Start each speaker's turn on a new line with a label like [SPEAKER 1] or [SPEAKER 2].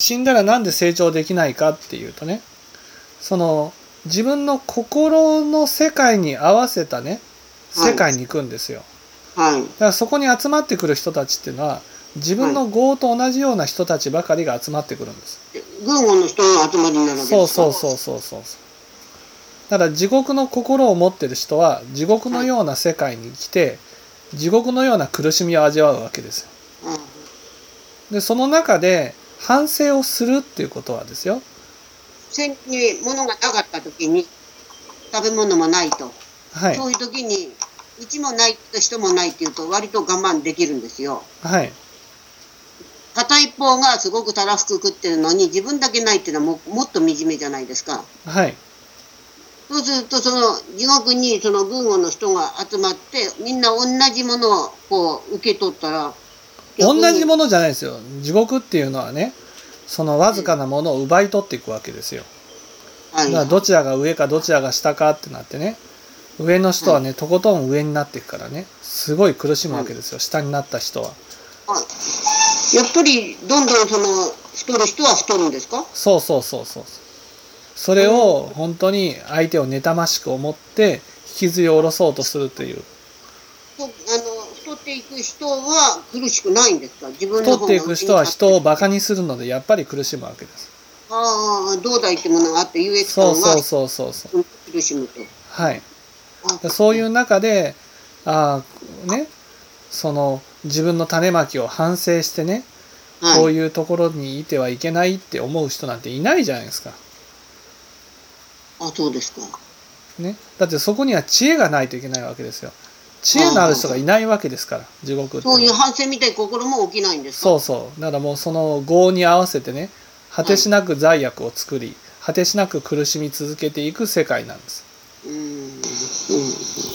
[SPEAKER 1] 死んだらなんで成長できないかっていうとねその自分の心の世界に合わせたね
[SPEAKER 2] はい
[SPEAKER 1] 世界に行くんですよ、
[SPEAKER 2] はい。
[SPEAKER 1] だからそこに集まってくる人たちっていうのは自分の業と同じような人たちばかりが集まってくるんです
[SPEAKER 2] 軍語の人の集まりになるわけ
[SPEAKER 1] そう
[SPEAKER 2] ですか
[SPEAKER 1] そうそうそうそうそうだから地獄の心を持ってる人は地獄のような世界に来て地獄のような苦しみを味わうわけですよ
[SPEAKER 2] うん。
[SPEAKER 1] でその中で反省をするっていうことはですよ
[SPEAKER 2] 戦地に物がなかった時に、食べ物もないと。
[SPEAKER 1] はい
[SPEAKER 2] そういう時に、うちもないと人もないっていうと、割と我慢できるんですよ。
[SPEAKER 1] はい
[SPEAKER 2] 片一方がすごくたらふく食ってるのに、自分だけないっていうのはももっと惨めじゃないですか。
[SPEAKER 1] はい
[SPEAKER 2] そうすると、その地獄にその軍語の人が集まって、みんな同じものをこう受け取ったら、
[SPEAKER 1] 同じ
[SPEAKER 2] の
[SPEAKER 1] ものじゃないですよ地獄っていうのはねそのわずかなものを奪い取っていくわけですよ
[SPEAKER 2] は
[SPEAKER 1] だ
[SPEAKER 2] い
[SPEAKER 1] からどちらが上かどちらが下かってなってね上の人はねとことん上になっていくからねすごい苦しむわけですよ下になった人は
[SPEAKER 2] はいやっぱりどんどんその太る人は太るんですか
[SPEAKER 1] そうそうそうそうそれを本当に相手を妬ましく思って引きずり下ろそうとするという
[SPEAKER 2] とあの太っていく人は苦しくないんですか自分の
[SPEAKER 1] 太
[SPEAKER 2] 方
[SPEAKER 1] っ
[SPEAKER 2] が
[SPEAKER 1] ていく人は人をバカにするのでやっぱり苦しむわけです
[SPEAKER 2] ああどうだいってものがあって優越感
[SPEAKER 1] そう
[SPEAKER 2] が
[SPEAKER 1] そうそうそうそう
[SPEAKER 2] うん苦しむと
[SPEAKER 1] はい
[SPEAKER 2] あ
[SPEAKER 1] そういう中であーねその自分の種まきを反省してね
[SPEAKER 2] はい
[SPEAKER 1] こういうところにいてはいけないって思う人なんていないじゃないですか。
[SPEAKER 2] あそうですか
[SPEAKER 1] ね。だってそこには知恵がないといけないわけですよ。知恵のある人がいないわけですから、地獄って。
[SPEAKER 2] そういう反省みたいな心も起きないんですか
[SPEAKER 1] そうそう。だからもうその業に合わせてね、果てしなく罪悪を作り、果てしなく苦しみ続けていく世界なんです。
[SPEAKER 2] うーんうん